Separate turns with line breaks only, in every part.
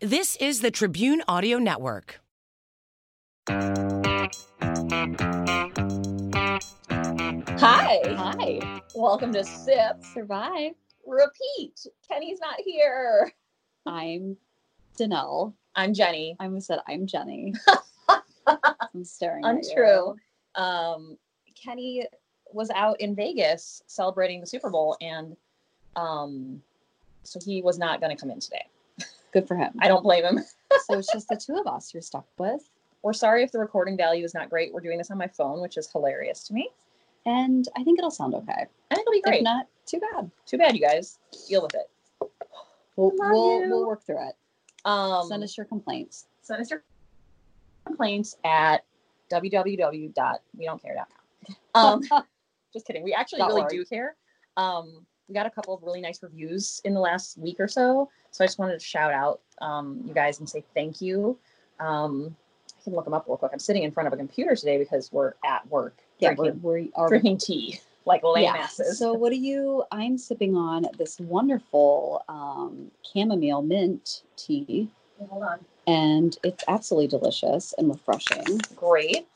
This is the Tribune Audio Network.
Hi. Hi. Welcome to Sip,
survive.
Repeat. Kenny's not here.
I'm Danelle.
I'm Jenny.
I almost said I'm Jenny. I'm staring. at you.
Untrue. Um, Kenny was out in Vegas celebrating the Super Bowl, and um, so he was not going to come in today.
Good for him.
I don't blame him.
so it's just the two of us you're stuck with.
We're sorry if the recording value is not great. We're doing this on my phone, which is hilarious to me.
And I think it'll sound okay.
I think it'll be great.
If not too bad.
Too bad, you guys. Deal with it.
We'll,
Love
we'll,
you.
we'll work through it.
Um,
Send us your complaints.
send us your complaints at www.wedontcare.com. Um, just kidding. We actually
Dot
really
org.
do care. Um, we got a couple of really nice reviews in the last week or so. So I just wanted to shout out um, you guys and say thank you. Um, I can look them up real quick. I'm sitting in front of a computer today because we're at work
yeah, we're,
drinking,
we are.
drinking tea like lame
yeah.
asses.
So what do you? I'm sipping on this wonderful um, chamomile mint tea,
Hold on.
and it's absolutely delicious and refreshing.
Great.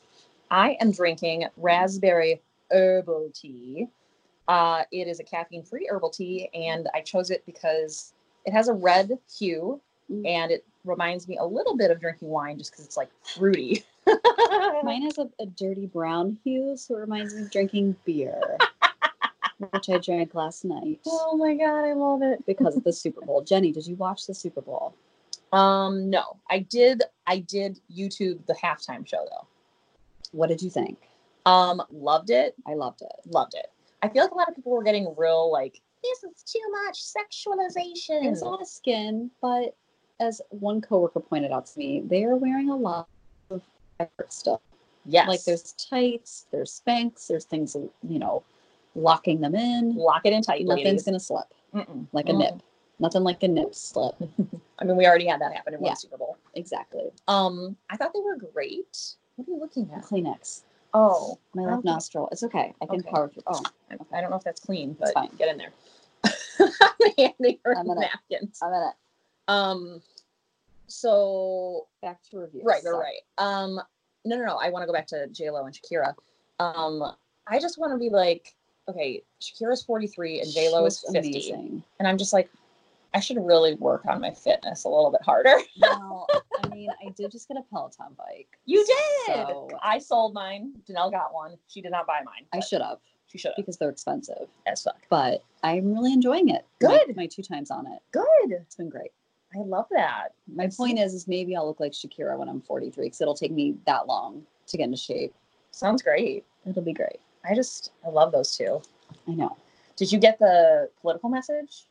I am drinking raspberry herbal tea. Uh, it is a caffeine free herbal tea, and I chose it because it has a red hue
Mm.
and it reminds me a little bit of drinking wine just because it's like fruity.
Mine has a, a dirty brown hue, so it reminds me of drinking beer, which I drank last night
oh my god, I love it.
because of the Super Bowl. Jenny, did you watch the Super Bowl?
Um, no, I did, I did YouTube the halftime show though.
What did you think?
Um, loved it,
I loved it.
loved it. I feel like a lot of people were getting real like this is too much sexualization.
It was a lot of skin, but as one coworker pointed out to me, they are wearing a lot of effort stuff.
yes,
Like there's tights, there's Spanx, there's things you know, locking them in.
lock it in tight.
Nothing's
ladies.
gonna slip
Mm-mm.
like a nip. Nothing like a nip slip.
I mean, we already had that happen in
Yeah.
one Super Bowl.
Exactly.
Um, I thought they were great. What are you looking at?
Kleenex.
Oh,
My
I don't
left
think-
nostril. It's okay. I can
Okay.
power through. Oh,
I- I don't know if that's clean,
It's
but
fine.
get in there. I'm handing her
I'm gonna-
napkins.
I'm gonna
Um, so
back to review.
right, right, right. Um, no, no, no. I want to go back to J Lo and Shakira. Um, I just want to be like, okay, Shakira's 43 and J Lo is 50,
Amazing.
and I'm just like, I should really work on my fitness a little bit harder.
Well, I mean, I did just get a Peloton bike.
You did.
So
I sold mine. Danelle got one. She did not buy mine.
I
but
should have
She should have.
because they're expensive,
As fuck.
but I'm really enjoying it.
Good.
My, my two times on it.
Good.
It's been great.
I love that.
My point is, is maybe I'll look like Shakira when I'm 43 because it'll take me that long to get into shape.
Sounds great.
It'll be great.
I just I love those two.
I know.
Did you get the political message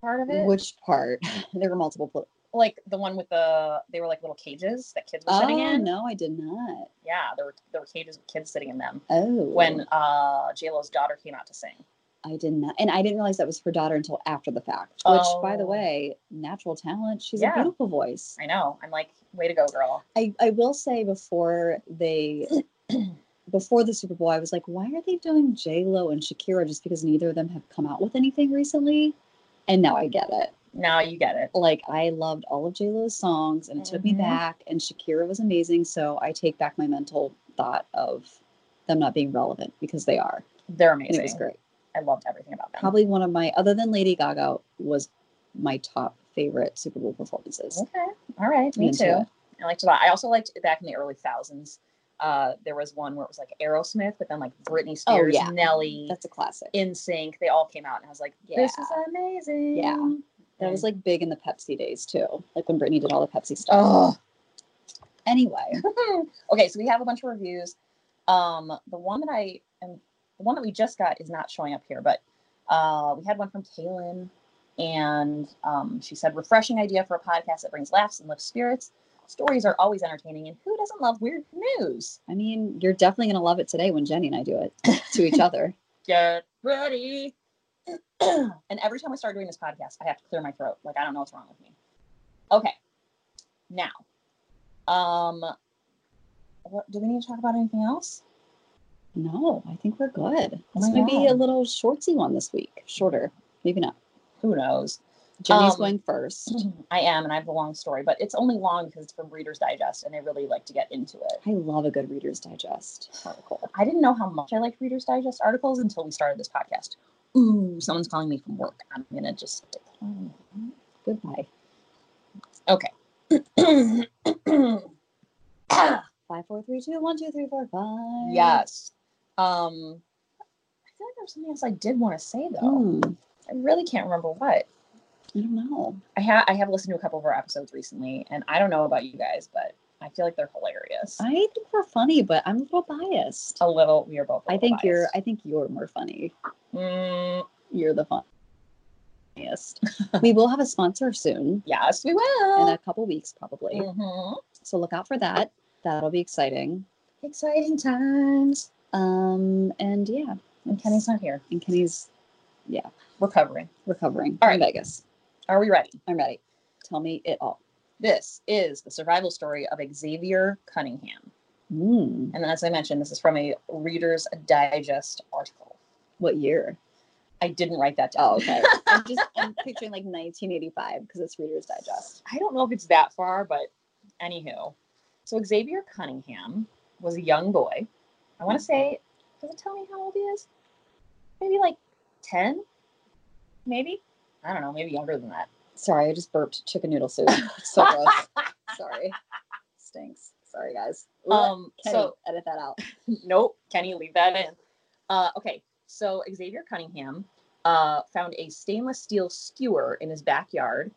part of it?
Which part? there were multiple. Pl-
like the one with the they were like little cages that kids were sitting
oh
in.
no, I did not.
Yeah, there were there were cages with kids sitting in them.
Oh,
When uh J Lo's daughter came out to sing.
I did not, and I didn't realize that was her daughter until after the fact. Which, by the
Oh.
way, natural talent. She's
Yeah.
a beautiful voice.
I know. I'm like, way to go, girl.
I, I will say before they, before the Super Bowl, I was like, why are they doing J Lo and Shakira? Just because neither of them have come out with anything recently, and now I get it.
Now you get it.
Like I loved all of J Lo's songs, and it took me
Mhm.
back. And Shakira was amazing, so I take back my mental thought of them not being relevant because they are.
They're
And
amazing.
it was great.
I loved everything about them.
probably one of my other than Lady Gaga was my top favorite Super Bowl performances.
Okay. All right.
I'm
Me
into
too. I liked it a lot. I also liked it back in the early thousands. Uh, there was one where it was like Aerosmith, but then like Britney
Oh,
Spears,
yeah.
Nelly,
That's a classic.
In Sync. They all came out, and I was like, "This
Yeah.
is amazing."
Yeah. that was like big in the Pepsi days too, like when Britney did all the Pepsi stuff.
oh.
Anyway,
okay, so we have a bunch of reviews. Um, the one that I am, the one that we just got is not showing up here, but uh, we had one from Kaylin, and um, she said, "Refreshing idea for a podcast that brings laughs and lifts spirits. Stories are always entertaining, and who doesn't love weird news?"
I mean, you're definitely gonna love it today when Jenny and I do it to each other.
get ready. and every time I start doing this podcast, I have to clear my throat. Like I don't know what's wrong with me. Okay. Now, um, what, do we need to talk about anything else?
No, I think we're good.
Oh
This
my
might be a
God.
little shortsy one this week. Shorter, maybe not.
Who knows?
Jenny's
Um,
going first.
I am, and I have a long story, but it's only long because it's from Reader's Digest, and I really like to get into it.
I love a good Reader's Digest article.
I didn't know how much I liked Reader's Digest articles until we started this podcast. Ooh, someone's calling me from work. I'm gonna just.
Goodbye. Five, four, three, two, one, two, three, four, five.
yes. Um, I feel like there was something else I did want to say though.
Hmm,
I really can't remember what.
I don't know.
I have I have listened to a couple of our episodes recently, and I don't know about you guys, but I feel like they're hilarious.
I think we're funny, but I'm a little biased.
a little. We are both. I
I think you're. I think you're more funny.
Mm,
You're the funniest. we will have a sponsor soon
yes, we
in
will.
a couple weeks, probably.
Mhm.
So look out for that. That'll be exciting.
Exciting times.
Um, and yeah,
And Kenny's not here.
and Kenny's
Recovering.
recovering
All
from
right.
Vegas.
Are we ready?
I'm ready. Tell me it all.
This is the survival story of Xavier Cunningham.
Mm,
And as I mentioned, this is from a Reader's Digest article.
what year?
I didn't write that down.
Oh, okay. I'm just I'm picturing like 1985 because it's Reader's Digest.
I don't know if it's that far, but anywho. So Xavier Cunningham was a young boy. I want to say, does it tell me how old he is? Maybe like 10? Maybe? I don't know, maybe younger than that.
Sorry, I just burped chicken noodle soup. So gross. Sorry, stinks. Sorry, guys.
Um,
Kenny,
so
edit that out.
nope, Kenny, leave that in. Uh, okay, so Xavier Cunningham uh, found a stainless steel skewer in his backyard.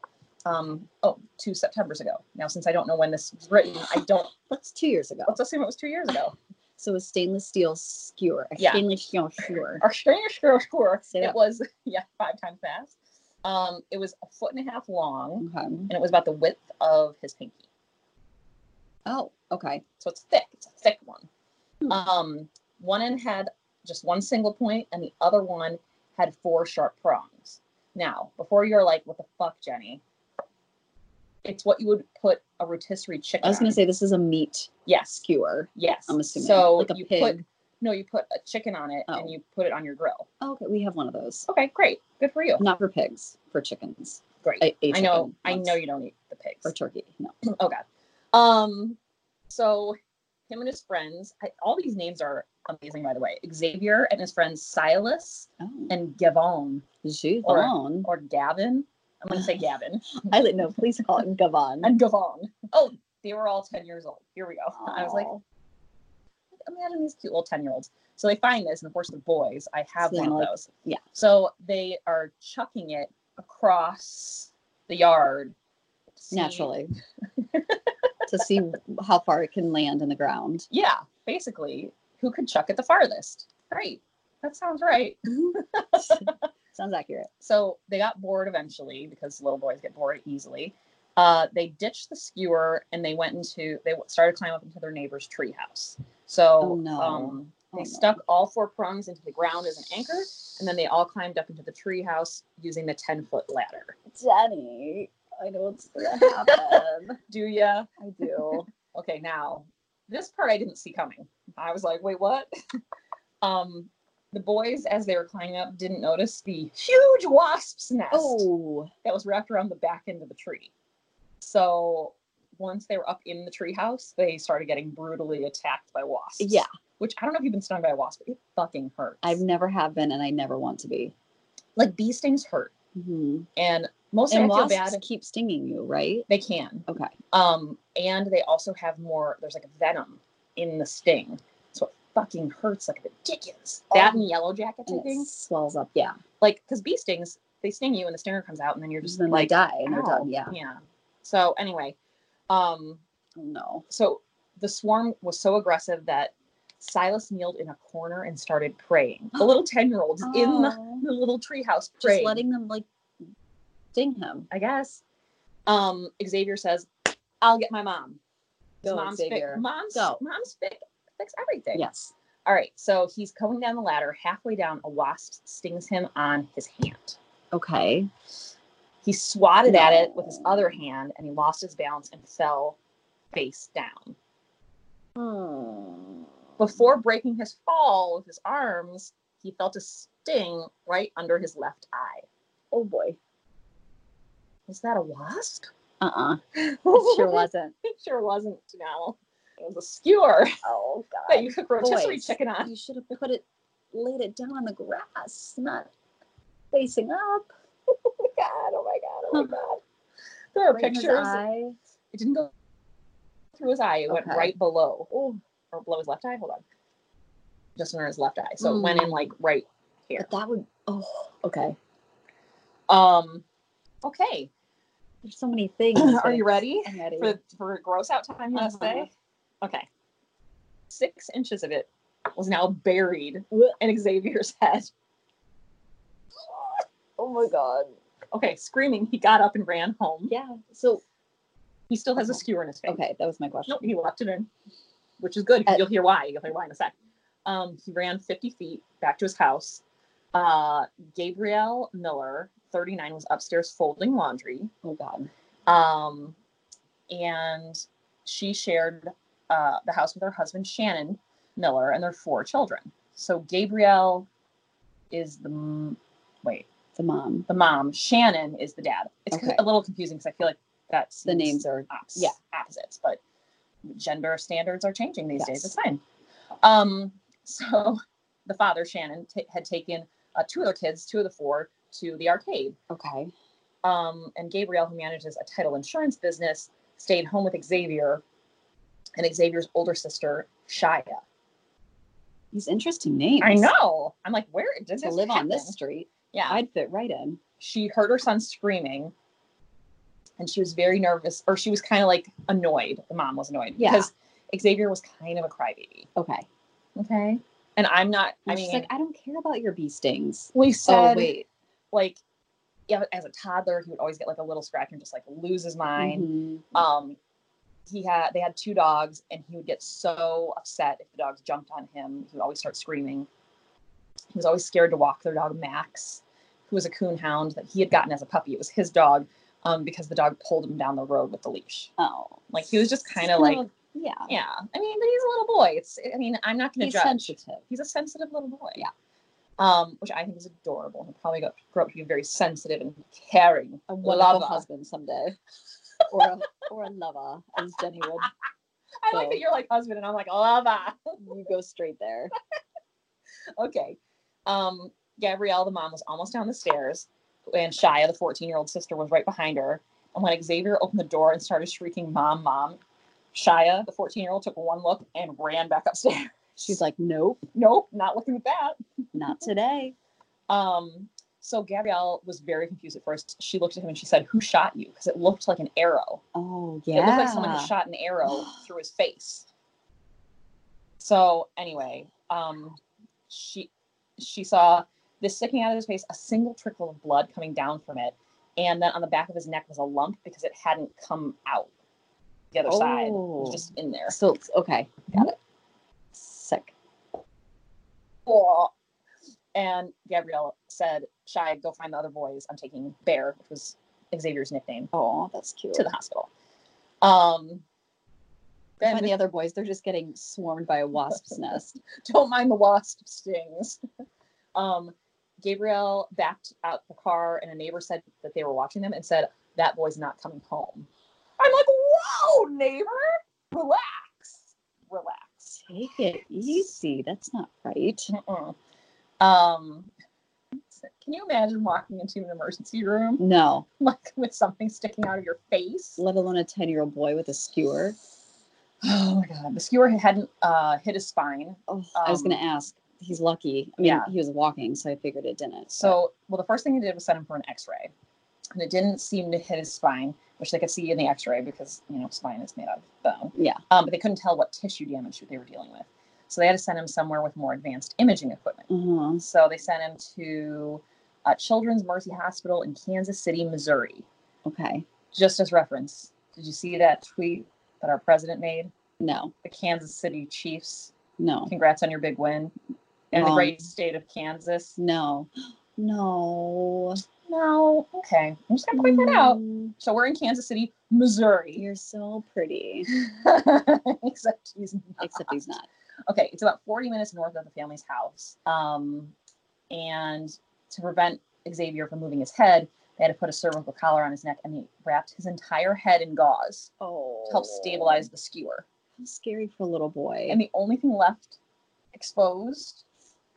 Um, oh, two September's ago. Now, since I don't know when this was written, I don't.
That's two years ago.
Let's assume it was two years ago.
So a stainless steel skewer, a
Yeah.
stainless steel skewer.
Our stranger skewer, skewer,
Say
it
that.
was yeah five times fast. Um, it was a foot and a half long,
Okay.
and it was about the width of his pinky.
Oh, okay.
So it's thick. It's a thick one.
Hmm.
Um, one end had just one single point, and the other one had four sharp prongs. Now, before you're like, "What the fuck, Jenny?" It's what you would put a rotisserie chicken.
I was gonna
on.
say this is a meat
yes,
skewer.
yes.
I'm assuming
So
like a
you
pig.
put no, you put a chicken on it,
Oh.
and you put it on your grill.
Oh, okay, we have one of those.
Okay, great, good for you.
Not for pigs, for chickens.
Great.
I, a
I know.
chicken
I
once.
know you don't eat the pigs.
Or turkey. No.
oh god um so him and his friends I, all these names are amazing by the way xavier and his friends silas
Oh.
and gavon
Givon.
Or- or gavin i'm going to say gavin
I didn't know. Please call it Gavon.
and gavon oh they were all 10 years old here we go i was like
Aw.
imagine these cute little 10 year olds so they find this and of course the boys i have
So
one
they're
of
like-
those
yeah.
so they are chucking it across the yard to see-
naturally to see how far it can land in the ground.
yeah basically who could chuck it the farthest great that sounds right
Sounds accurate.
so they got bored eventually because little boys get bored easily. Uh, they ditched the skewer and they went into they started climbing up into their neighbor's treehouse. So
Oh, no.
um,
Oh,
they
no.
stuck all four prongs into the ground as an anchor, and then they all climbed up into the treehouse using the ten foot ladder.
Jenny. I know what's gonna happen.
Do ya?
I do.
Okay, now this part I didn't see coming. I was like, wait, what? um, the boys, as they were climbing up, didn't notice the huge wasp's nest.
Oh,
that was wrapped around the back end of the tree. So once they were up in the treehouse, they started getting brutally attacked by wasps.
yeah.
Which I don't know if you've been stung by a wasp, but it fucking hurts.
I've never have been, and I never want to be.
like bee stings hurt, Mm-hmm.
Mhm.
and mostly
And
I feel
wasps
bad.
keep stinging you, right?
They can.
Okay.
Um, and they also have more. There's like venom in the sting, so it fucking hurts like a dickens. That
Oh.
and yellow jackets, I
And it
think.
swells up. Yeah.
Like because bee stings, they sting you, and the stinger comes out, and then you're just
then
like,
they die and they're
"Ow."
done. Yeah.
yeah. So anyway, um,
Oh, no.
so the swarm was so aggressive that Silas kneeled in a corner and started praying. The little 10 year olds in the,
Aw.
the little treehouse
Oh. just
praying.
letting them like sting him.
I guess. Um, Xavier says, I'll get my mom. 'Cause
Go,
mom's
Xavier.
Fi- mom's,
Go.
mom's fi- fix everything.
Yes.
All right. So he's going down the ladder. Halfway down, a wasp stings him on his hand.
Okay.
He swatted at it with his
No.
other hand and he lost his balance and fell face down. Hmm. Before breaking his fall with his arms, he felt a sting right under his left eye.
Oh boy.
Was that a wasp?
Uh uh
it
Sure wasn't.
It sure wasn't. No, it was a skewer
Oh,
that you cook rotisserie
Boys.
chicken on.
You should have put it, laid it down on the grass, not facing up.
Oh my god! Oh my god! Oh my god! There are
right in his
pictures.
eye.
It didn't go through his eye. It went
Okay.
right below. Oh, or below his left eye. Hold on. Just under his left eye. So it went in like right here.
But that would, oh, okay.
Um. Okay.
There's so many things.
Are
that
you
it's-
ready
I'm ready.
for for gross out time
Uh-huh.
essay? Okay. Six inches of it was now buried
Blech.
in Xavier's head.
oh my God.
Okay, screaming, he got up and ran home.
Yeah. So,
He still has a
Okay.
skewer in his face.
okay, that was my question.
Nope, he left it in, which is good. 'cause
Uh,
You'll hear why. You'll hear why in a sec. Um, he ran 50 feet back to his house. Uh, Gabrielle Miller, 39, was upstairs folding laundry.
Oh God.
Um, and she shared uh, the house with her husband, Shannon Miller, and their four children. So Gabrielle is the, m- wait,
The mom.
the mom. Shannon is the dad. It's
Okay.
a little confusing because I feel like that's
The names are
ops,
Yeah.
opposites, but gender standards are changing these days.
Yes.
It's fine. Um, so the father Shannon ta had taken uh, two of their kids, two of the four, to the arcade.
okay.
Um, and Gabrielle, who manages a title insurance business, stayed home with Xavier and Xavier's older sister Shia.
These interesting names.
I know. I'm like, where did this
To live on this
happen?
street,
Yeah,
I'd fit right in.
she heard her son screaming and she was very nervous or she was kind of like annoyed the mom was annoyed
Yeah.
because xavier was kind of a crybaby
Okay.
okay and i'm not i
And
mean
she's like, I don't care about your bee stings.
we
Oh
said
wait.
like yeah as a toddler he would always get like a little scratch and just like lose his mind
Mhm.
um he had they had two dogs and he would get so upset if the dogs jumped on him he would always start screaming he was always scared to walk their dog max who was a coon hound that he had gotten as a puppy it was his dog um, because the dog pulled him down the road with the leash
Oh.
Like, he was just kinda
It's
like-
a- yeah.
yeah i mean but he's a little boy it's i mean i'm not gonna
He's
judge
sensitive.
he's a sensitive little boy
Yeah.
um which i think is adorable he probably got, grew up to be very sensitive and caring
A wonderful
lover
husband someday. or a, or a lover, as Jenny would.
i like that you're like husband and i'm like lover
You go straight there.
okay. Um, Gabrielle, the mom, was almost down the stairs, and Shia, the 14 year old sister, was right behind her. And when Xavier opened the door and started shrieking, Mom, Mom, Shia, the 14 year old, took one look and ran back upstairs.
She's like, Nope,
Nope, not looking at that.
not today.
Um, so Gabrielle was very confused at first. She looked at him and she said, Who shot you? Because it looked like an arrow.
Oh
It looked
yeah.
like someone had shot an arrow through his face. So anyway, um, she she saw this sticking out of his face, a single trickle of blood coming down from it, and then on the back of his neck was a lump because it hadn't come out the other side. It was
Oh.
just in there.
So it's okay. Got it. Sick.
Aw. And Gabrielle said, "Shy, go find the other boys. I'm taking Bear, which was Xavier's nickname,
Oh, that's cute.
to the hospital." Um,
Then
then
the other boys, they're just getting swarmed by a wasp's nest.
don't mind the wasp stings. Um, Gabrielle backed out the car, and a neighbor said that they were watching them and said, That boy's not coming home. I'm like, Whoa, neighbor, relax, relax.
Take it easy. That's not right.
Mm-mm. Um, can you imagine walking into an emergency room
No,
like with something sticking out of your face?
let alone a 10 year old boy with a skewer.
Oh my god, the skewer hadn't uh, hit his spine,
Oh, I was
Um,
going to ask. He's lucky. I mean,
yeah.
he was walking, so I figured it didn't. but-
So, well, the first thing they did was send him for an X-ray, and it didn't seem to hit his spine, which they could see in the X-ray because you know spine is made out of bone.
yeah.
Um, but they couldn't tell what tissue damage they were dealing with, so they had to send him somewhere with more advanced imaging equipment.
Uh-huh.
So they sent him to uh, Children's Mercy Hospital in Kansas City, Missouri.
Okay.
Just as reference, did you see that tweet that our president made?
No,
The Kansas City Chiefs,
no,
congrats on your big win, and the
Wrong.
great state of Kansas.
no, no.
No, okay, I'm just gonna point that out.
Mm,
So we're in Kansas City, Missouri.
You're so pretty.
Except he's not.
Except he's not.
Okay, it's about 40 minutes north of the family's house. Um, and to prevent Xavier from moving his head, They had to put a cervical collar on his neck and he wrapped his entire head in gauze
Oh.
to help stabilize the skewer.
How scary for a little boy.
And the only thing left exposed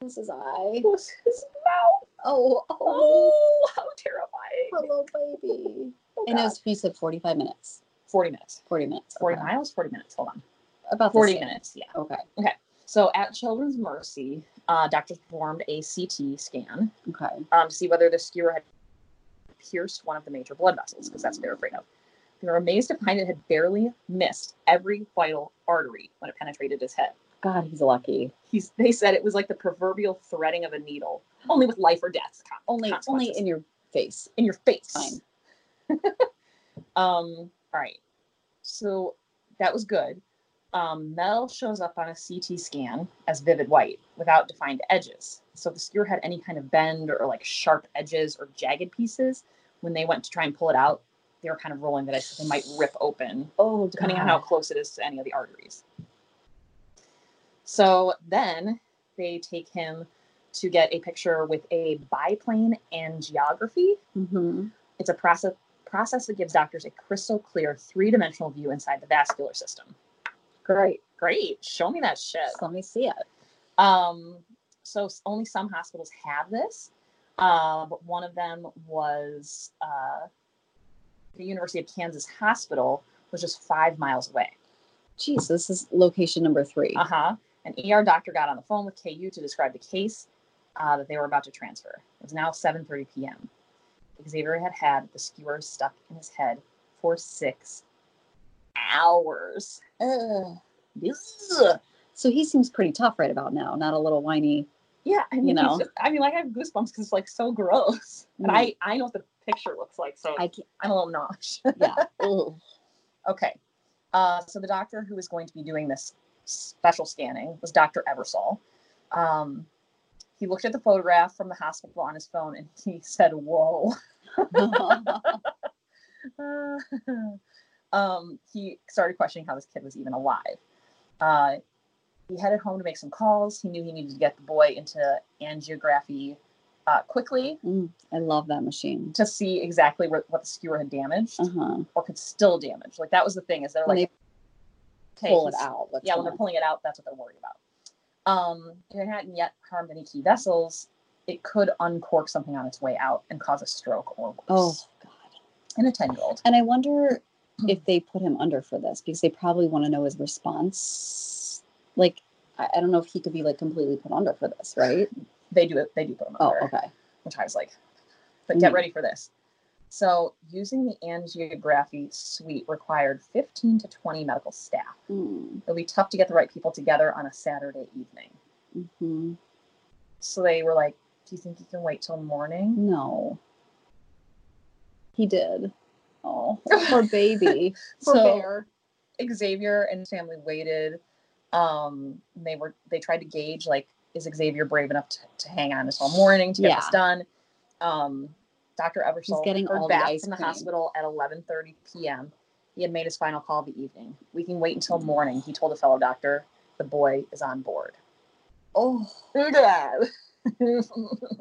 this is I.
was his mouth.
Oh, oh,
Oh, how terrifying.
hello, baby.
Oh,
And it
God.
was, you said 45 minutes,
40 minutes.
40 minutes.
40
okay.
miles, 40 minutes. Hold on.
About the
40
same.
minutes, yeah.
Okay.
So at Children's Mercy, uh, doctors performed a CT scan
Okay.
um, to see whether the skewer had pierced one of the major blood vessels, because that's what they were afraid of. They were amazed to find it had barely missed every vital artery when it penetrated his head.
God, he's lucky.
He's, they said it was like the proverbial threading of a needle, only with life or death. con-
Only, only
consequences.
in your face.
in your face.
Fine.
um, all right. So that was good. Um, Mel shows up on a CT scan as vivid white without defined edges. So if the skewer had any kind of bend or like sharp edges or jagged pieces, when they went to try and pull it out, they were kind of rolling that I said they might rip open,
Oh,
depending on
God.
how close it is to any of the arteries. So then they take him to get a picture with a biplane angiography,
Mhm.
it's a process process that gives doctors a crystal clear three-dimensional view inside the vascular system.
Great.
Great. Show me that shit.
Let me see it.
Um, so s- only some hospitals have this. Uh, but one of them was uh, the University of Kansas Hospital was just five miles away.
Jeez, this is location number three.
Uh huh. An ER doctor got on the phone with KU to describe the case uh, that they were about to transfer. It was now 7:30 p.m. Xavier had had the skewer stuck in his head for six hours.
Ugh.
Ugh.
So he seems pretty tough right about now. Not a little whiny.
Yeah, I mean,
You
he's
know.
just- I mean, like I have goosebumps because it's like so gross, and
Mm.
I I know what the picture looks like, so
I can't.
I'm a little nauseous.
Yeah. Ugh.
okay, uh, so the doctor who was going to be doing this special scanning was Dr. Eversole. Um, he looked at the photograph from the hospital on his phone and he said, "Whoa."
Mm,
um, he started questioning how this kid was even alive. Uh, he headed home to make some calls. He knew he needed to get the boy into angiography uh, quickly
Mm, I love that machine.
to see exactly where, what the skewer had damaged
Uh huh.
or could still damage. Like that was the thing is they're
When
like, okay,
Pull it
he's-
out. What's
yeah, when
going
they're pulling it out, that's what they're worried about. Um, if it hadn't yet harmed any key vessels, it could uncork something on its way out and cause a stroke or worse.
Oh God.
in a ten-year-old.
And I wonder
Hmm.
if they put him under for this because they probably want to know his response. Like, I, I don't know if he could be like completely put under for this, right?
They do it. They do put them
Oh,
under,
okay.
which I was like, but get
Mm.
ready for this. So, using the angiography suite required 15 to 20 medical staff.
Mm,
It'll be tough to get the right people together on a Saturday evening.
mhm.
So they were like, "Do you think you can wait till morning?"
No. He did. Oh, poor baby.
Poor
so,
Xavier and his family waited. Um, they were they tried to gauge like is Xavier brave enough to, to hang on until morning to get this
Yeah.
done. Um, Dr. Eversole
getting
heard
all the
back
ice
from the
cream.
hospital at 11:30 p.m. He had made his final call of the evening. We can wait
Mm.
until morning, he told a fellow doctor. The boy is on board.
oh,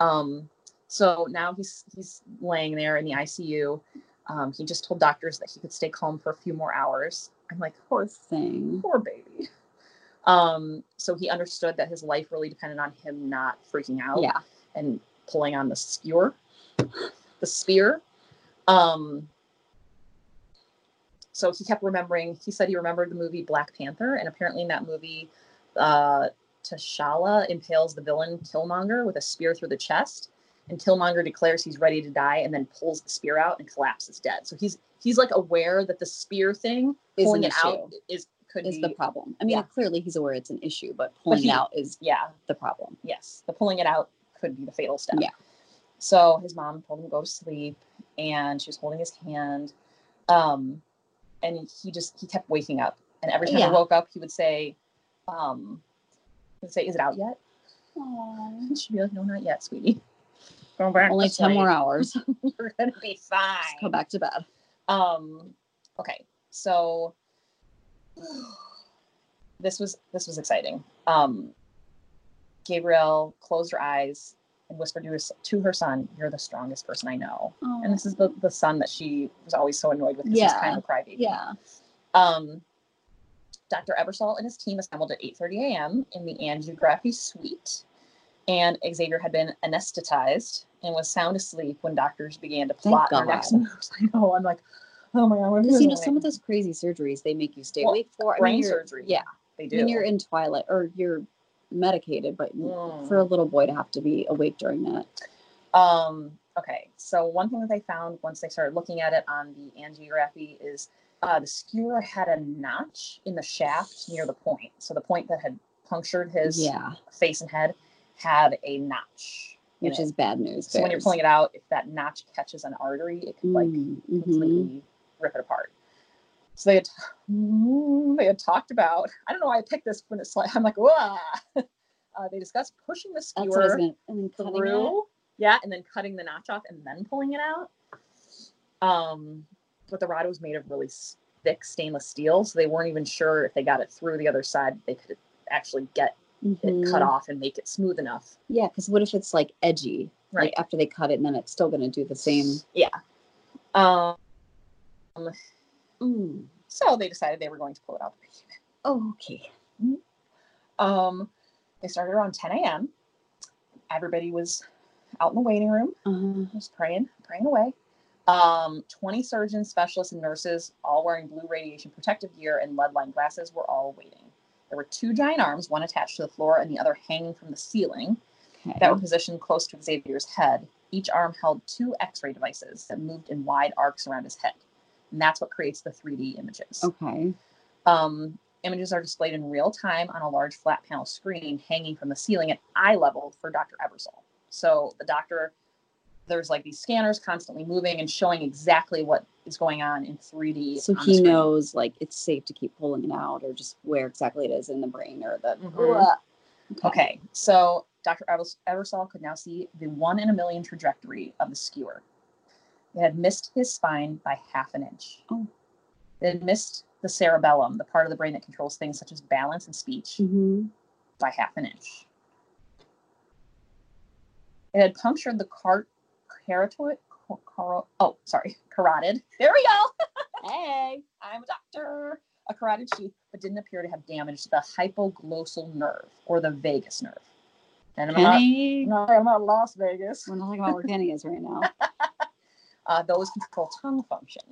um, so now he's he's laying there in the ICU. Um, he just told doctors that he could stay calm for a few more hours. I'm like,
poor thing.
poor baby. Um, so he understood that his life really depended on him not freaking out
Yeah.
and pulling on the skewer, the spear. Um, so he kept remembering. He said he remembered the movie Black Panther, and apparently in that movie, uh, T'Challa impales the villain Killmonger with a spear through the chest, and Killmonger declares he's ready to die, and then pulls the spear out and collapses dead. So he's he's like aware that the spear thing
Is
pulling
an
it out
issue.
is could
Is
be
the problem. I mean,
Yeah.
clearly he's aware it's an issue, but pulling
he-
it out is
yeah
the problem.
yes, the pulling it out could be the fatal step.
Yeah.
So his mom told him to go to sleep, and she was holding his hand, um, and he just he kept waking up, and every time
Yeah.
he woke up, he would say, um, he would say, "Is it out yet?"
Only
And she'd be like, "No, not yet, sweetie. Go back. to
ten more
sleep.
hours. Just
You're gonna be fine."
go back to bed.
Um, okay, so this was this was exciting. Um, Gabrielle closed her eyes and whispered to her, to her son, "You're the strongest person I know."
Oh,
And this is the, the son that she was always so annoyed with because he's
Yeah.
kind of a crybaby.
yeah.
Um, Dr. Ebersol and his team assembled at 8:30 a.m. in the angiography suite, and Xavier had been anesthetized and was sound asleep when doctors began to
Thank
plot their next
God.
moves. I know. I'm like, oh my god, we're
Because you know
doing
some of
it."
those crazy surgeries they make you stay
Well,
awake for. I
brain
mean, you're-
surgery.
Yeah,
they do.
when you're in twilight or you're medicated, but
Mm.
for a little boy to have to be awake during that.
Um, okay, so one thing that they found once they started looking at it on the angiography is uh, the skewer had a notch in the shaft near the point. So the point that had punctured his
yeah,
face and head had a notch. in
which
it.
is bad news.
so when you're pulling it out, if that notch catches an artery, it could like
Mm, Mm-hmm.
completely rip it apart. So they had, they had talked about. I don't know why I picked this when it's like I'm like, Wah! uh, they discussed pushing the
That's what I was
skewer
gonna. And then cutting it.
through, yeah, and then cutting the notch off and then pulling it out. Um, but the rod was made of really s- thick stainless steel, so they weren't even sure if they got it through the other side, they could actually get it cut
Mhm.
off and make it smooth enough.
Yeah, because what if it's like edgy?
Right.
Like after they cut it, and then it's still gonna do the same.
Um,
Mm.
so they decided they were going to pull it out.
Oh, okay.
Um, they started around 10 a.m. Everybody was out in the waiting room,
Uh,
just praying, praying away. Um, 20 surgeons, specialists, and nurses, all wearing blue radiation protective gear and lead lined glasses, were all waiting. There were two giant arms, one attached to the floor and the other hanging from the ceiling,
okay.
that were positioned close to Xavier's head. Each arm held two x ray devices that moved in wide arcs around his head. And that's what creates the 3D images.
okay.
Um, images are displayed in real time on a large flat panel screen hanging from the ceiling at eye level for Dr. Ebersol. So the doctor, there's like these scanners constantly moving and showing exactly what is going on in 3D.
So
on the
he
screen.
knows like it's safe to keep pulling it out, or just where exactly it is in the brain, or the.
Mhm.
Blah.
Okay, so Dr. Evers- Eversol could now see the one in a million trajectory of the skewer. It had missed his spine by half an inch.
Oh.
It had missed the cerebellum, the part of the brain that controls things such as balance and speech.
Mhm.
by half an inch. It had punctured the car- carotid. Car- caro- oh, sorry, carotid. There we go.
Hey.
I'm a doctor. A carotid sheath, but didn't appear to have damaged the hypoglossal nerve or the vagus nerve. And I'm not,
Kenny.
no, I'm not Las Vegas.
We're not talking about where Kenny is right now.
Uh, those control tongue function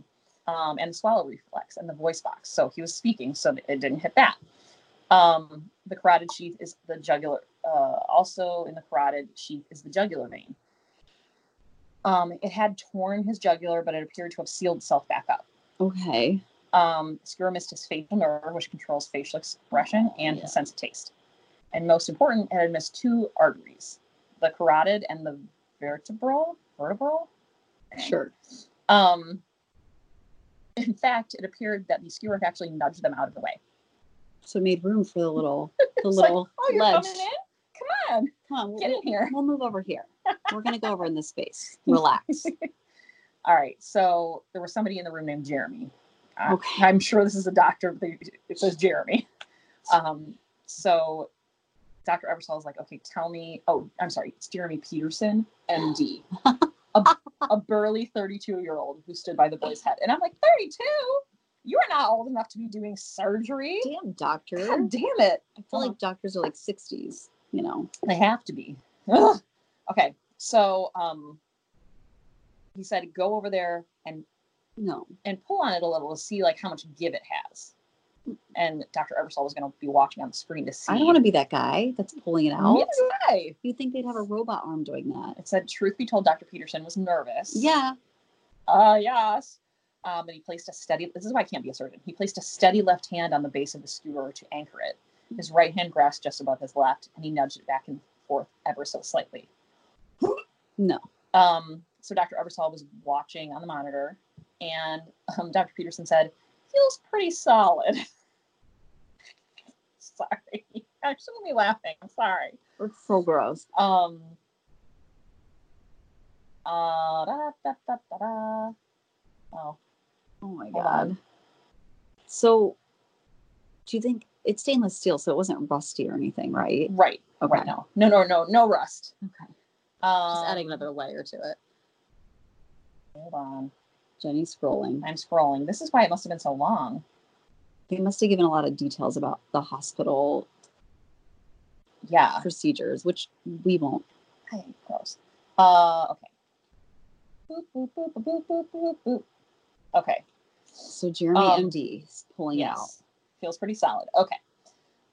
um, and swallow reflex and the voice box. So he was speaking, so it didn't hit that. Um, the carotid sheath is the jugular. Uh, also in the carotid sheath is the jugular vein. Um, it had torn his jugular, but it appeared to have sealed itself back up.
Okay.
Um, Skura missed his facial nerve, which controls facial expression and
Yeah.
his sense of taste. And most important, it had missed two arteries, the carotid and the vertebral. Vertebral.
Sure.
Um, in fact, it appeared that the skewer had actually nudged them out of the way.
So it made room for the little the
It's like,
little
oh, you're
ledge.
coming in? Come on.
Come on, we'll,
Get in here.
we'll move over here. We're gonna go over in this space. Relax.
All right. So there was somebody in the room named Jeremy. I-
Okay.
I'm sure this is a doctor. but they- It says Jeremy. Um, so Dr. Ebersol is like, okay, tell me. Oh, I'm sorry. It's Jeremy Peterson, MD. a, a burly 32 year old who stood by the boy's head. And I'm like, 32? You are not old enough to be doing surgery.
Damn doctor.
God
I
damn it.
feel like doctors are like sixties, you know.
They have to be. Ugh. Okay. So um, he said, go over there and
No.
and pull on it a little to see like how much give it has. And Dr. Ebersol was going to be watching on the screen to see.
I don't want to be that guy that's pulling it out.
Neither do I.
You'd think they'd have a robot arm doing that.
It said, truth be told, Dr. Peterson was nervous.
Yeah.
Uh, yes. Um, and he placed a steady, this is why I can't be a surgeon. He placed a steady left hand on the base of the skewer to anchor it. His right hand grasped just above his left, and he nudged it back and forth ever so slightly.
No.
Um, so Dr. Ebersol was watching on the monitor, and um, Dr. Peterson said, "Feels pretty solid." sorry, I shouldn't be laughing. I'm sorry.
It's so gross.
Um, uh, da, da, da, da, da. Oh,
Oh my
Hold
god.
on.
So do you think it's stainless steel, so it wasn't rusty or anything, right?
right,
Okay.
right. No, no, no, no, no rust.
Okay.
Um,
Just adding another layer to it.
Hold on.
Jenny's scrolling.
I'm scrolling. This is why it must have been so long.
They must have given a lot of details about the hospital
Yeah.
procedures, which we won't.
I am gross. Uh, okay. Boop, boop, boop, boop, boop, boop, boop. Okay.
So Jeremy
Um,
MD is pulling out.
Yes. Feels pretty solid. Okay.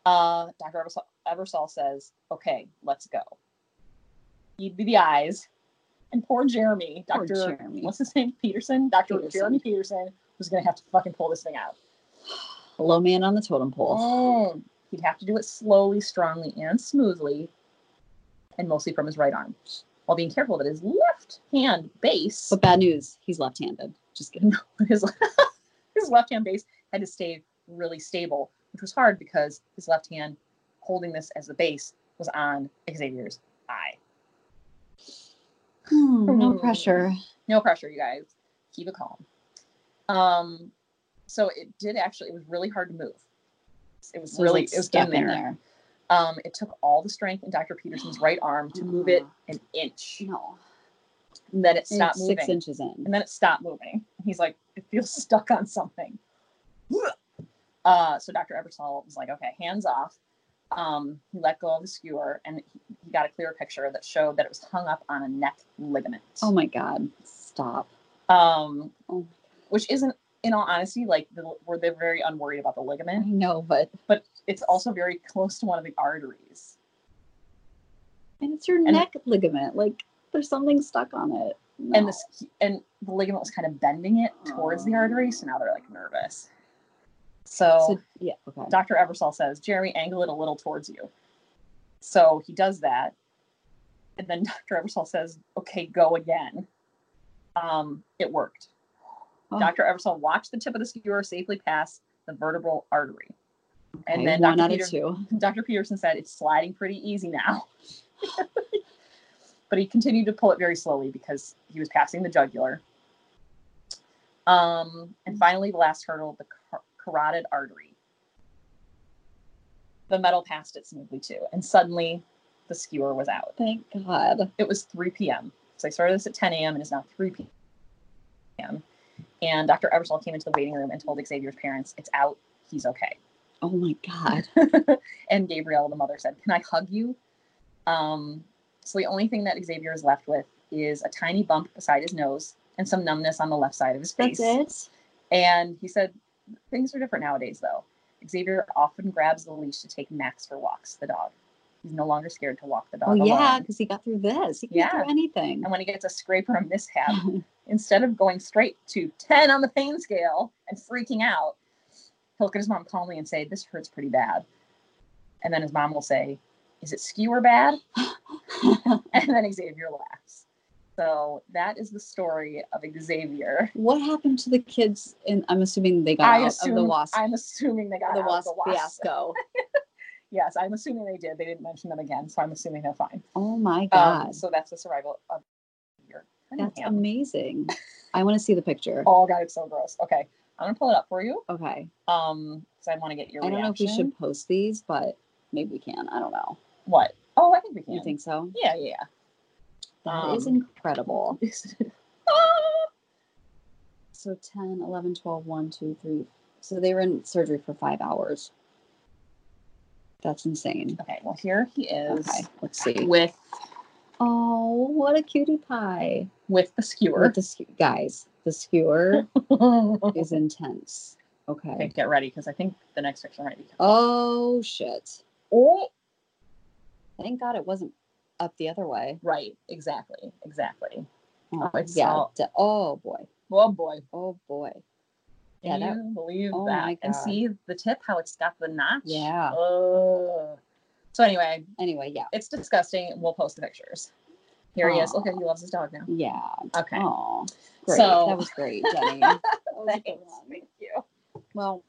Uh, Dr. Eversol, Eversol says, okay, let's go. You'd be the eyes. And poor Jeremy,
Poor
Dr.
Jeremy.
What's his name? Peterson? Dr.
Peterson.
Jeremy Peterson was going to have to fucking pull this thing out.
Low man on the totem pole.
Mm. He'd have to do it slowly, strongly, and smoothly, and mostly from his right arm, while being careful that his left hand base,
But bad news, he's left-handed. Just kidding.
his, his left hand base had to stay really stable, which was hard because his left hand holding this as the base was on Xavier's eye.
no
Hmm.
pressure.
No pressure, you guys. Keep it calm. Um, so it did actually, it was really hard to move. It was
So
really,
it's
it was
stuck
in there. Um, it took all the strength in Dr. Peterson's right arm to move it an inch.
No.
And then it
Mm-hmm. And
stopped
it's six
moving.
inches in.
And then it stopped moving. And he's like, it feels stuck on something. Uh, so Dr. Ebersol was like, okay, hands off. Um, he let go of the skewer and he, he got a clearer picture that showed that it was hung up on a neck ligament.
oh my god. Stop.
Um,
Oh.
which isn't, in all honesty, like the, were they very unworried about the
I
ligament,
know, but
but it's also very close to one of the arteries.
and it's your neck ligament. Like there's something stuck on it.
and
No.
this and the ligament was kind of bending it towards the artery so now they're like nervous so,
Oh. So, yeah, okay.
dr ebersol says jeremy angle it a little towards you so he does that and then dr ebersol says okay go again um it worked
Oh.
dr ebersol watched the tip of the skewer safely pass the vertebral artery and
Okay,
then
one
Dr.
out
Peter-
of two.
Dr. Peterson said it's sliding pretty easy now. but he continued to pull it very slowly because he was passing the jugular. Um, and finally, the last hurdle, the car- carotid artery. The metal passed it smoothly too, and suddenly the skewer was out.
Thank God.
It was 3 p.m. So I started this at 10 a.m. and it's now 3 p.m. And Dr. Ebersol came into the waiting room and told Xavier's parents, it's out, he's okay
Oh my God.
and Gabrielle, the mother, said, "Can I hug you?" Um, so the only thing that Xavier is left with is a tiny bump beside his nose and some numbness on the left side of his face.
That's it.
And he said, "Things are different nowadays, though. Xavier often grabs the leash to take Max for walks. The dog. He's no longer scared to walk the dog
Oh yeah,
alone.
because he got through this. He can get
Yeah.
through anything.
And when he gets a scrape or a mishap, instead of going straight to 10 on the pain scale and freaking out, he'll look at his mom calmly and say, This hurts pretty bad. And then his mom will say, Is it skewer bad? And then Xavier laughs. So that is the story of Xavier.
what happened to the kids? And I'm assuming they got
I
out
assume,
of the wasp.
I'm assuming they got
the
out
wasp,
of the wasp.
fiasco.
Yes, I'm assuming they did. They didn't mention them again, so I'm assuming they're fine.
Oh my
Um,
God.
so that's the survival of Xavier.
That's
Cunningham.
amazing. I want to see the picture.
Oh god, it's so gross. Okay, I'm gonna pull it up for you.
Okay.
Um, because I want to get your.
I don't know if we
reaction.
should post these, but maybe we can. I don't know.
What? Oh, I think we can.
You think so?
Yeah, yeah. yeah.
That is
Um,
incredible.
Isn't it- Ah!
So 10, 11, 12, 1, 2, 3. So they were in surgery for five hours. That's insane.
okay, well here he is
Okay, let's see.
with
Oh, what a cutie pie.
with the
With
skewer.
the skew- guys, the skewer is intense.
okay,
Okay.
get ready because I think the next picture might be.
Oh, shit.
Oh,
Thank God it wasn't up the other way.
right, exactly, exactly.
Oh,
Oh, it's
yeah.
all-
de- oh, boy.
Oh boy,
Oh, boy.
can
Yeah,
you believe
oh
that?
my
And
God.
see the tip, how it's got the notch.
Yeah.
Ugh. So anyway,
Anyway, yeah.
it's disgusting. We'll post the pictures. Here he is.
Aw.
Look, he loves his dog now.
Yeah.
Okay.
Oh, great.
So-
that was great, Jenny. That was a good
Thanks.
one.
Thank you.
Well,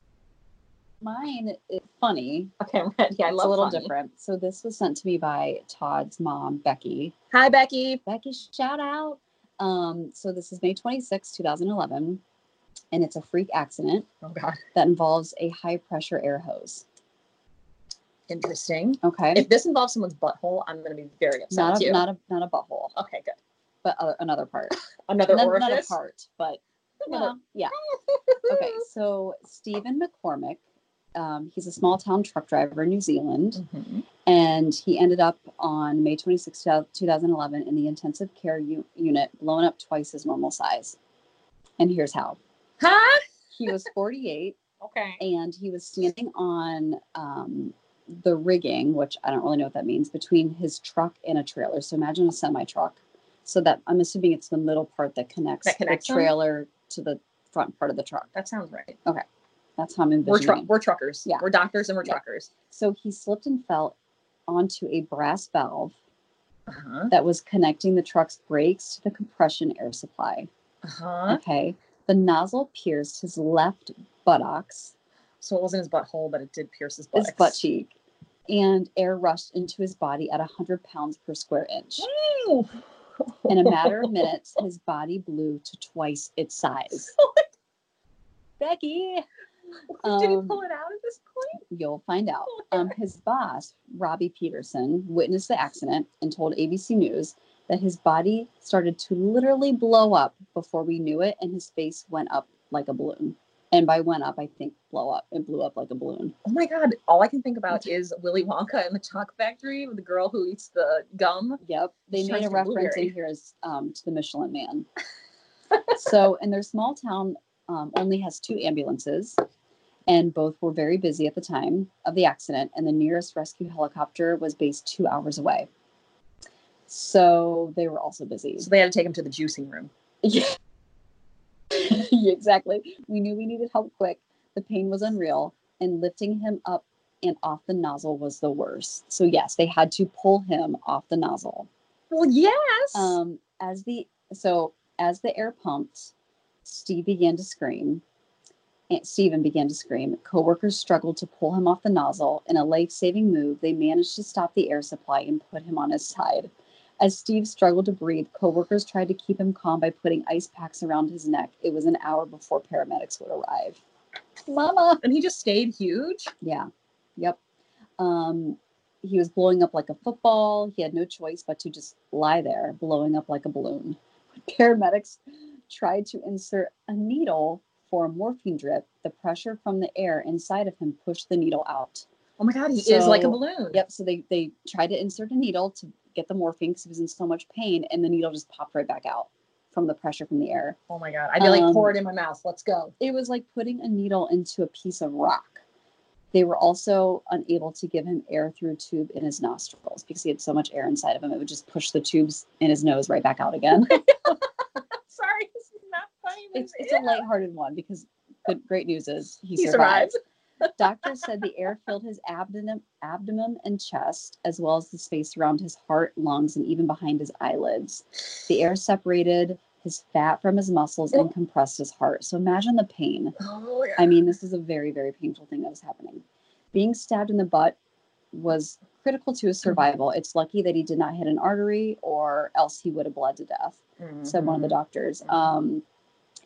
mine is funny.
Okay, I'm ready. I
it's
love
a little
funny.
different. So this was sent to me by Todd's mom, Becky.
Hi, Becky.
Becky, shout out. Um, so this is May 26, 2011, and it's a freak accident
Oh God.
that involves a high pressure air hose.
Interesting.
Okay.
If this involves someone's butthole, I'm going to be very upset
Not
with
a,
you.
not a not a butthole,
okay, good.
but uh, another part.
Another
Not- not a
orifice.
part, but
Another-
yeah. Okay, so Stephen McCormick, um, he's a small town truck driver in New Zealand.
Mhm.
and he ended up on May 26, 2011, in the intensive care u- unit, blown up twice his normal size. And here's how
Huh?
he was 48
Okay.
and he was standing on um, the rigging, which I don't really know what that means, between his truck and a trailer. So imagine a semi truck. So that I'm assuming it's the middle part that connects,
That connects
the
them?
trailer to the front part of the truck.
That sounds right.
That's how I'm envisioning.
We're, truck we're truckers.
Yeah.
We're doctors and we're
Yeah.
truckers.
so he slipped and fell onto a brass valve
Uh-huh.
that was connecting the truck's brakes to the compression air supply.
Uh-huh.
Okay. The nozzle pierced his left buttocks,
So it wasn't his butthole, but it did pierce his butt.
his butt cheek, and air rushed into his body at 100 pounds per square inch. In a matter of minutes, his body blew to twice its size. Becky,
Did he
um,
pull it out at this point?
you'll find out. Um, his boss, Robbie Peterson, witnessed the accident and told ABC News that his body started to literally blow up before we knew it, and his face went up like a balloon. And by went up, I think blow up. It blew up like a balloon.
Oh my god! All I can think about is Willy Wonka and the Chalk Factory with the girl who eats the gum.
Yep. They
She
made
turns
a
to
reference
blueberry.
in here as, um, to the Michelin Man. so, in their small town, um, only has two ambulances, and both were very busy at the time of the accident. And the nearest rescue helicopter was based two hours away. So they were also busy.
So they had to take him to the juicing room.
Yeah. Yeah, exactly. We knew we needed help quick. The pain was unreal, and lifting him up and off the nozzle was the worst. So, yes, they had to pull him off the nozzle.
Well, yes.
Um, as the so as the air pumped, Steve began to scream. And Stephen began to scream. Coworkers struggled to pull him off the nozzle. In a life-saving move, they managed to stop the air supply and put him on his side. As Steve struggled to breathe, coworkers tried to keep him calm by putting ice packs around his neck. It was an hour before paramedics would arrive. Mama.
and he just stayed huge.
Yeah. Yep. Um, he was blowing up like a football. He had no choice but to just lie there, blowing up like a balloon. Paramedics tried to insert a needle for a morphine drip. The pressure from the air inside of him pushed the needle out.
Oh my god, he is like a
So-
balloon.
Yep. So they they tried to insert a needle to get the morphine because he was in so much pain, and the needle just popped right back out from the pressure from the air.
Oh my god. I'd be like,
Um,
pour it in my mouth. Let's go.
It was like putting a needle into a piece of rock. They were also unable to give him air through a tube in his nostrils because he had so much air inside of him. It would just push the tubes in his nose right back out again.
Sorry, this is not funny. but
it's, it's a lighthearted one because good, great news is he,
He
survived.
survived.
Doctors said the air filled his abdomen, abdomen and chest, as well as the space around his heart, lungs, and even behind his eyelids. The air separated his fat from his muscles and compressed his heart. So imagine the pain.
Oh yeah.
I mean, this is a very, very painful thing that was happening. Being stabbed in the butt was critical to his survival. It's lucky that he did not hit an artery, or else he would have bled to death,
Mm-hmm.
said one of the doctors. Um,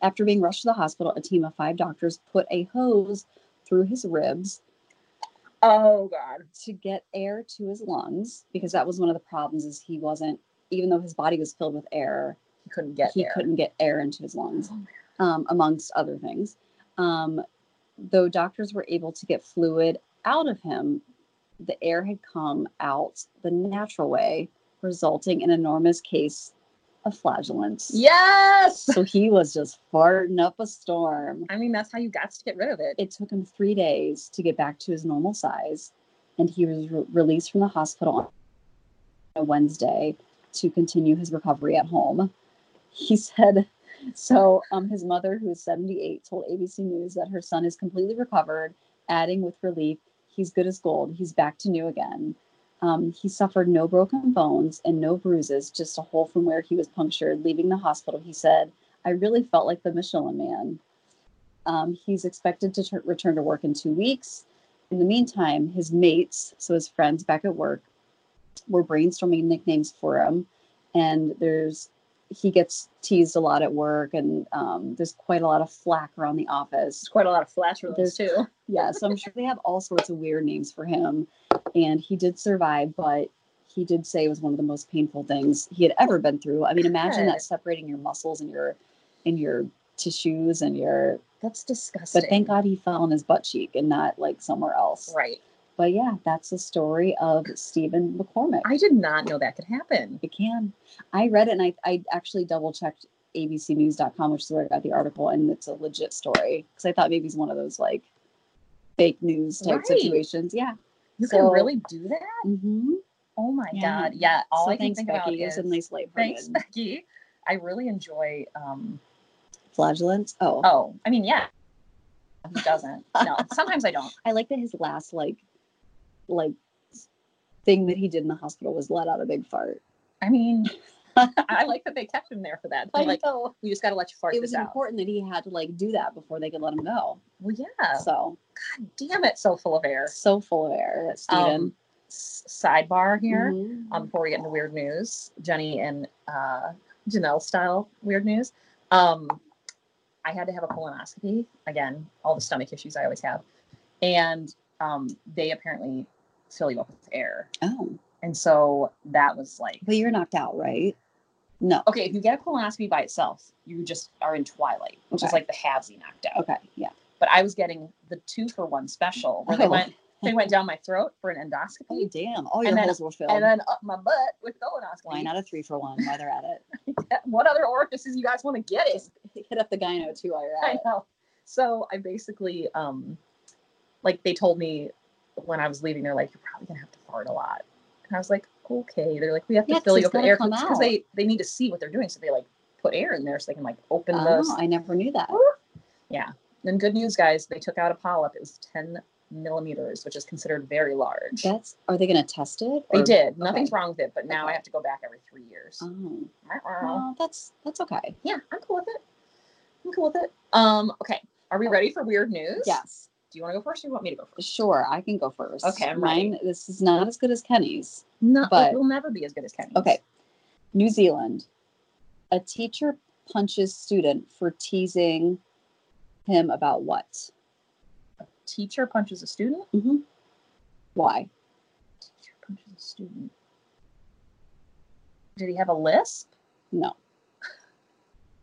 after being rushed to the hospital, a team of five doctors put a hose through his ribs
Oh god.
to get air to his lungs because that was one of the problems is he wasn't even though his body was filled with air
He couldn't get
he
there.
couldn't get air into his lungs,
Oh, man.
um, amongst other things. Um, though doctors were able to get fluid out of him, the air had come out the natural way, resulting in enormous case of flagellants.
Yes.
So he was just farting up a storm.
I mean, that's how you got to get rid of it.
It took him three days to get back to his normal size, and he was re- released from the hospital on Wednesday to continue his recovery at home. He said, so um, his mother, who is 78, told ABC News that her son is completely recovered, adding with relief, he's good as gold. He's back to new again. Um, he suffered no broken bones and no bruises, just a hole from where he was punctured. Leaving the hospital, he said, I really felt like the Michelin man. Um, he's expected to tur- return to work in two weeks. In the meantime, his mates, so his friends back at work, were brainstorming nicknames for him. And there's he gets teased a lot at work, and um, there's quite a lot of flack around the office
It's quite a lot of flash release too.
yeah so i'm sure they have all sorts of weird names for him and he did survive, but he did say it was one of the most painful things he had ever been through. I mean, imagine
Good.
that separating your muscles and your and your tissues and your
That's disgusting.
but thank God he fell on his butt cheek and not like somewhere else.
Right.
But yeah, that's the story of Stephen McCormick.
I did not know that could happen.
It can. I read it and I, I actually double checked abcnews.com, which is where I got the article, and it's a legit story because I thought maybe it's one of those like fake news type
Right.
situations. Yeah.
You
So-
can really do that?
Mm-hmm.
Oh my
Yeah.
god. Yeah. All
so
I can
thanks,
think
Becky.
about is
It's a nice light
thanks,
thanks.
Becky. I really enjoy um
Flagellants. Oh,
oh, I mean, yeah. Who doesn't? No, sometimes I don't.
I like that his last like like thing that he did in the hospital was let out a big fart.
I mean I like that they kept him there for that. They're like,
know.
we just gotta let you fart
It
this
was
out.
important that he had to like do that before they could let him go.
Well yeah.
So
God damn it, so full of air.
so full of air, that Stephen.
Um, s- sidebar here.
Mhm.
um, before we get into weird news, Jenny and uh, Janelle style weird news. Um, I had to have a colonoscopy again, all the stomach issues I always have, and um, they apparently fill you up with air,
oh.
and so that was like,
But you're knocked out, right? No.
okay, if you get a colonoscopy by itself, you just are in twilight, which is
Okay.
like the halvesy knocked out.
Okay. Yeah.
But I was getting the two for one special where they
Oh.
went they went down my throat for an
Oh
endoscopy,
damn! All
Mm-hmm. And
your
then-
holes were filled.
and then up my butt with colonoscopy.
Why not a three for one while they're at it?
What other orifices you guys want to get it?
Hit up the gyno too while you're at
I
it.
know. So I basically, um, like they told me when I was leaving, they're like, "You're probably gonna have to fart a lot," and I was like, "Okay." They're like, "We have to
Yeah, 'cause
fill you
it's
up with
gotta
air
come
because
out.
they they need to see what they're doing, so they like put air in there so they can like open
Oh,
those."
I never knew that.
Yeah. And good news, guys, they took out a polyp. It was ten millimeters, which is considered very large.
That's. Are they going to test it?
they
or-
did. Nothing's wrong with it, but now I have to go back every three years.
Oh,
Uh-uh.
well, that's that's okay.
Yeah, I'm cool with it. I'm cool with it. Um, okay. Are we ready for weird news?
Yes,
Do you want to go first or you want me to go first?
sure. I can go first.
Okay, I'm ready.
mine. This is not as good as Kenny's.
No,
But-
it will never be as good as Kenny's.
Okay, New Zealand. A teacher punches student for teasing him about what?
Teacher punches a student.
hmm Why?
Teacher punches a student. Did he have a lisp?
No.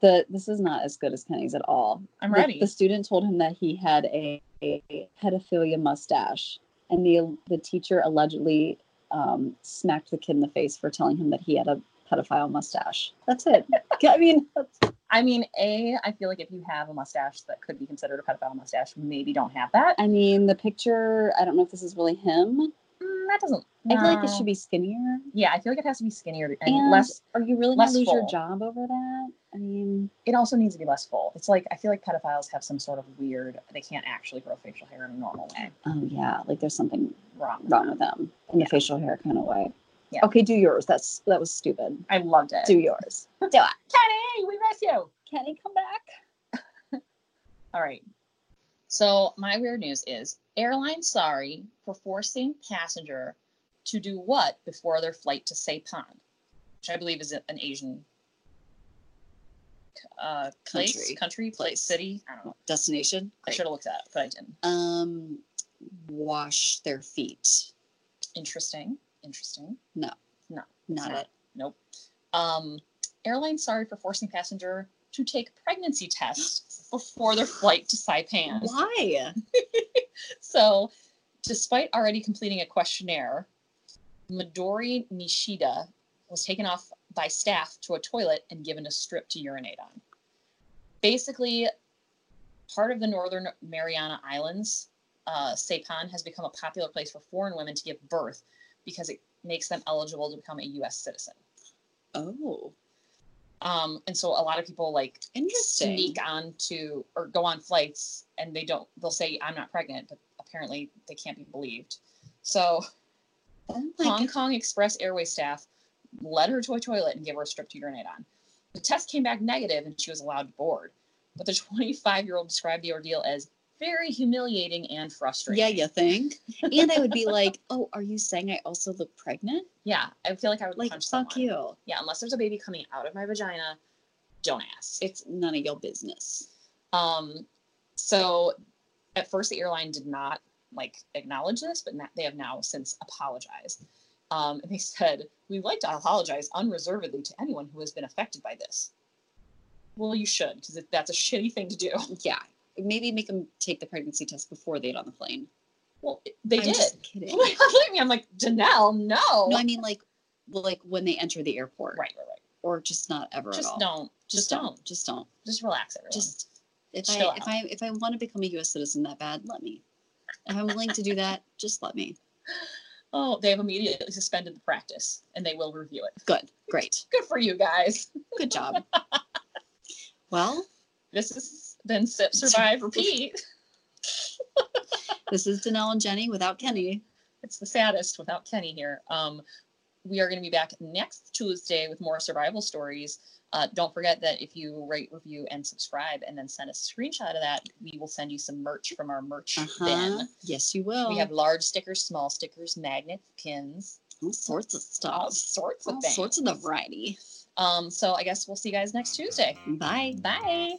The this is not as good as Kenny's at all.
I'm
The-
ready.
The, student told him that he had a, a pedophilia mustache, and the the teacher allegedly um, smacked the kid in the face for telling him that he had a pedophile mustache. That's it. I mean, that's,
I mean, a. I feel like if you have a mustache that could be considered a pedophile mustache, maybe don't have that.
I mean the picture. I don't know if this is really him.
Mm, that doesn't.
I feel like it
no.
should be skinnier.
Yeah, I feel like it has to be skinnier and,
And
less.
Are you really gonna
less
lose your
full.
job over that? I mean,
It also needs to be less full. It's like I feel like pedophiles have some sort of weird. They can't actually grow facial hair in a normal way.
oh yeah, like there's something
Wrong.
wrong with them in the
Yeah.
facial hair kind of way.
Yeah.
Okay, do yours. That's that was stupid.
I loved it.
Do yours. do it.
Kenny, we miss you.
Can he come back?
All right. So my weird news is airline sorry for forcing passenger to do what before their flight to Saipan, which I believe is an Asian uh, place, country,
Country.
place, city. I don't know.
Destination.
I should have looked that up, but I didn't.
Um, wash their feet.
Interesting. Interesting.
Not
not.
it.
Nope. Um, airline sorry for forcing passenger to take pregnancy test before their flight to Saipan.
Why?
So, despite already completing a questionnaire, Midori Nishida was taken off by staff to a toilet and given a strip to urinate on. Basically, part of the Northern Mariana Islands, uh, Saipan has become a popular place for foreign women to give birth because it makes them eligible to become a U.S. citizen.
Oh,
Um, and so a lot of people like
interesting.
sneak on to or go on flights and they don't they'll say i'm not pregnant but apparently they can't be believed so
Oh my
hong
God.
kong express airways staff led her to a toilet and gave her a strip to urinate on the test came back negative and she was allowed to board but the 25 year old described the ordeal as very humiliating and frustrating
Yeah, you think? and I would be like, oh, are you saying I also look pregnant?
yeah i feel like i would
Like,
punch
fuck
someone.
you.
yeah unless there's a baby coming out of my vagina don't ask
It's none of your business.
Um, so at first, the airline did not like acknowledge this, but not, they have now since apologized. Um, and they said, We'd like to apologize unreservedly to anyone who has been affected by this. Well, you should, because that's a shitty thing to do.
Yeah. Maybe make them take the pregnancy test before they get on the plane.
Well, they
I'm
did.
just kidding.
Look at me. I'm like, Janelle, no.
No, I mean like like when they enter the airport.
right, right, right.
Or just not ever at
Just
all.
don't. Just, don't.
Just don't.
Just relax, everyone.
Just if
Chill
I
out.
if I if I want to become a US citizen that bad, let me. If I'm willing to do that, just let me.
oh, they have immediately suspended the practice, and they will review it.
Good. Great.
Good for you guys.
Good job. Well,
This has been sip, survive, repeat.
this is Danelle and Jenny without Kenny.
It's the saddest without Kenny here. Um, we are going to be back next Tuesday with more survival stories. Uh, don't forget that if you rate, review, and subscribe, and then send us a screenshot of that, we will send you some merch from our merch
Uh-huh.
bin.
Yes, you will.
We have large stickers, small stickers, magnets, pins,
all sorts of stuff.
all sorts of
all
things.
sorts of the variety.
Um, so I guess we'll see you guys next Tuesday.
Bye.
Bye.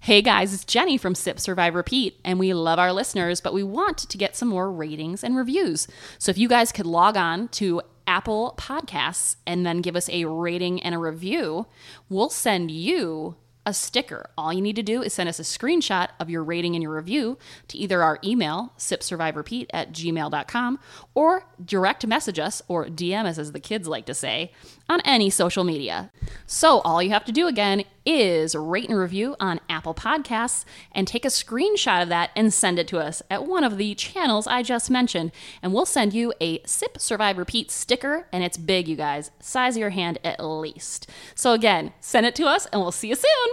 Hey guys, it's Jenny from Sip Survive Repeat, and we love our listeners, but we want to get some more ratings and reviews. So if you guys could log on to Apple Podcasts and then give us a rating and a review, we'll send you a sticker. All you need to do is send us a screenshot of your rating and your review to either our email, sipsurviverepeat at gmail.com, or direct message us, or DM us as the kids like to say, on any social media. So all you have to do again is rate and review on Apple Podcasts and take a screenshot of that and send it to us at one of the channels I just mentioned. And we'll send you a Sip Survive Repeat sticker, and it's big, you guys, size of your hand at least. So again, send it to us, and we'll see you soon.